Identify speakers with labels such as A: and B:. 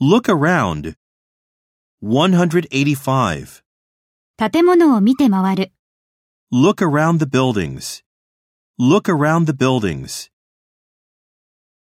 A: Look around. 185.
B: 建物を見て回る。
A: Look around the buildings. Look around the buildings.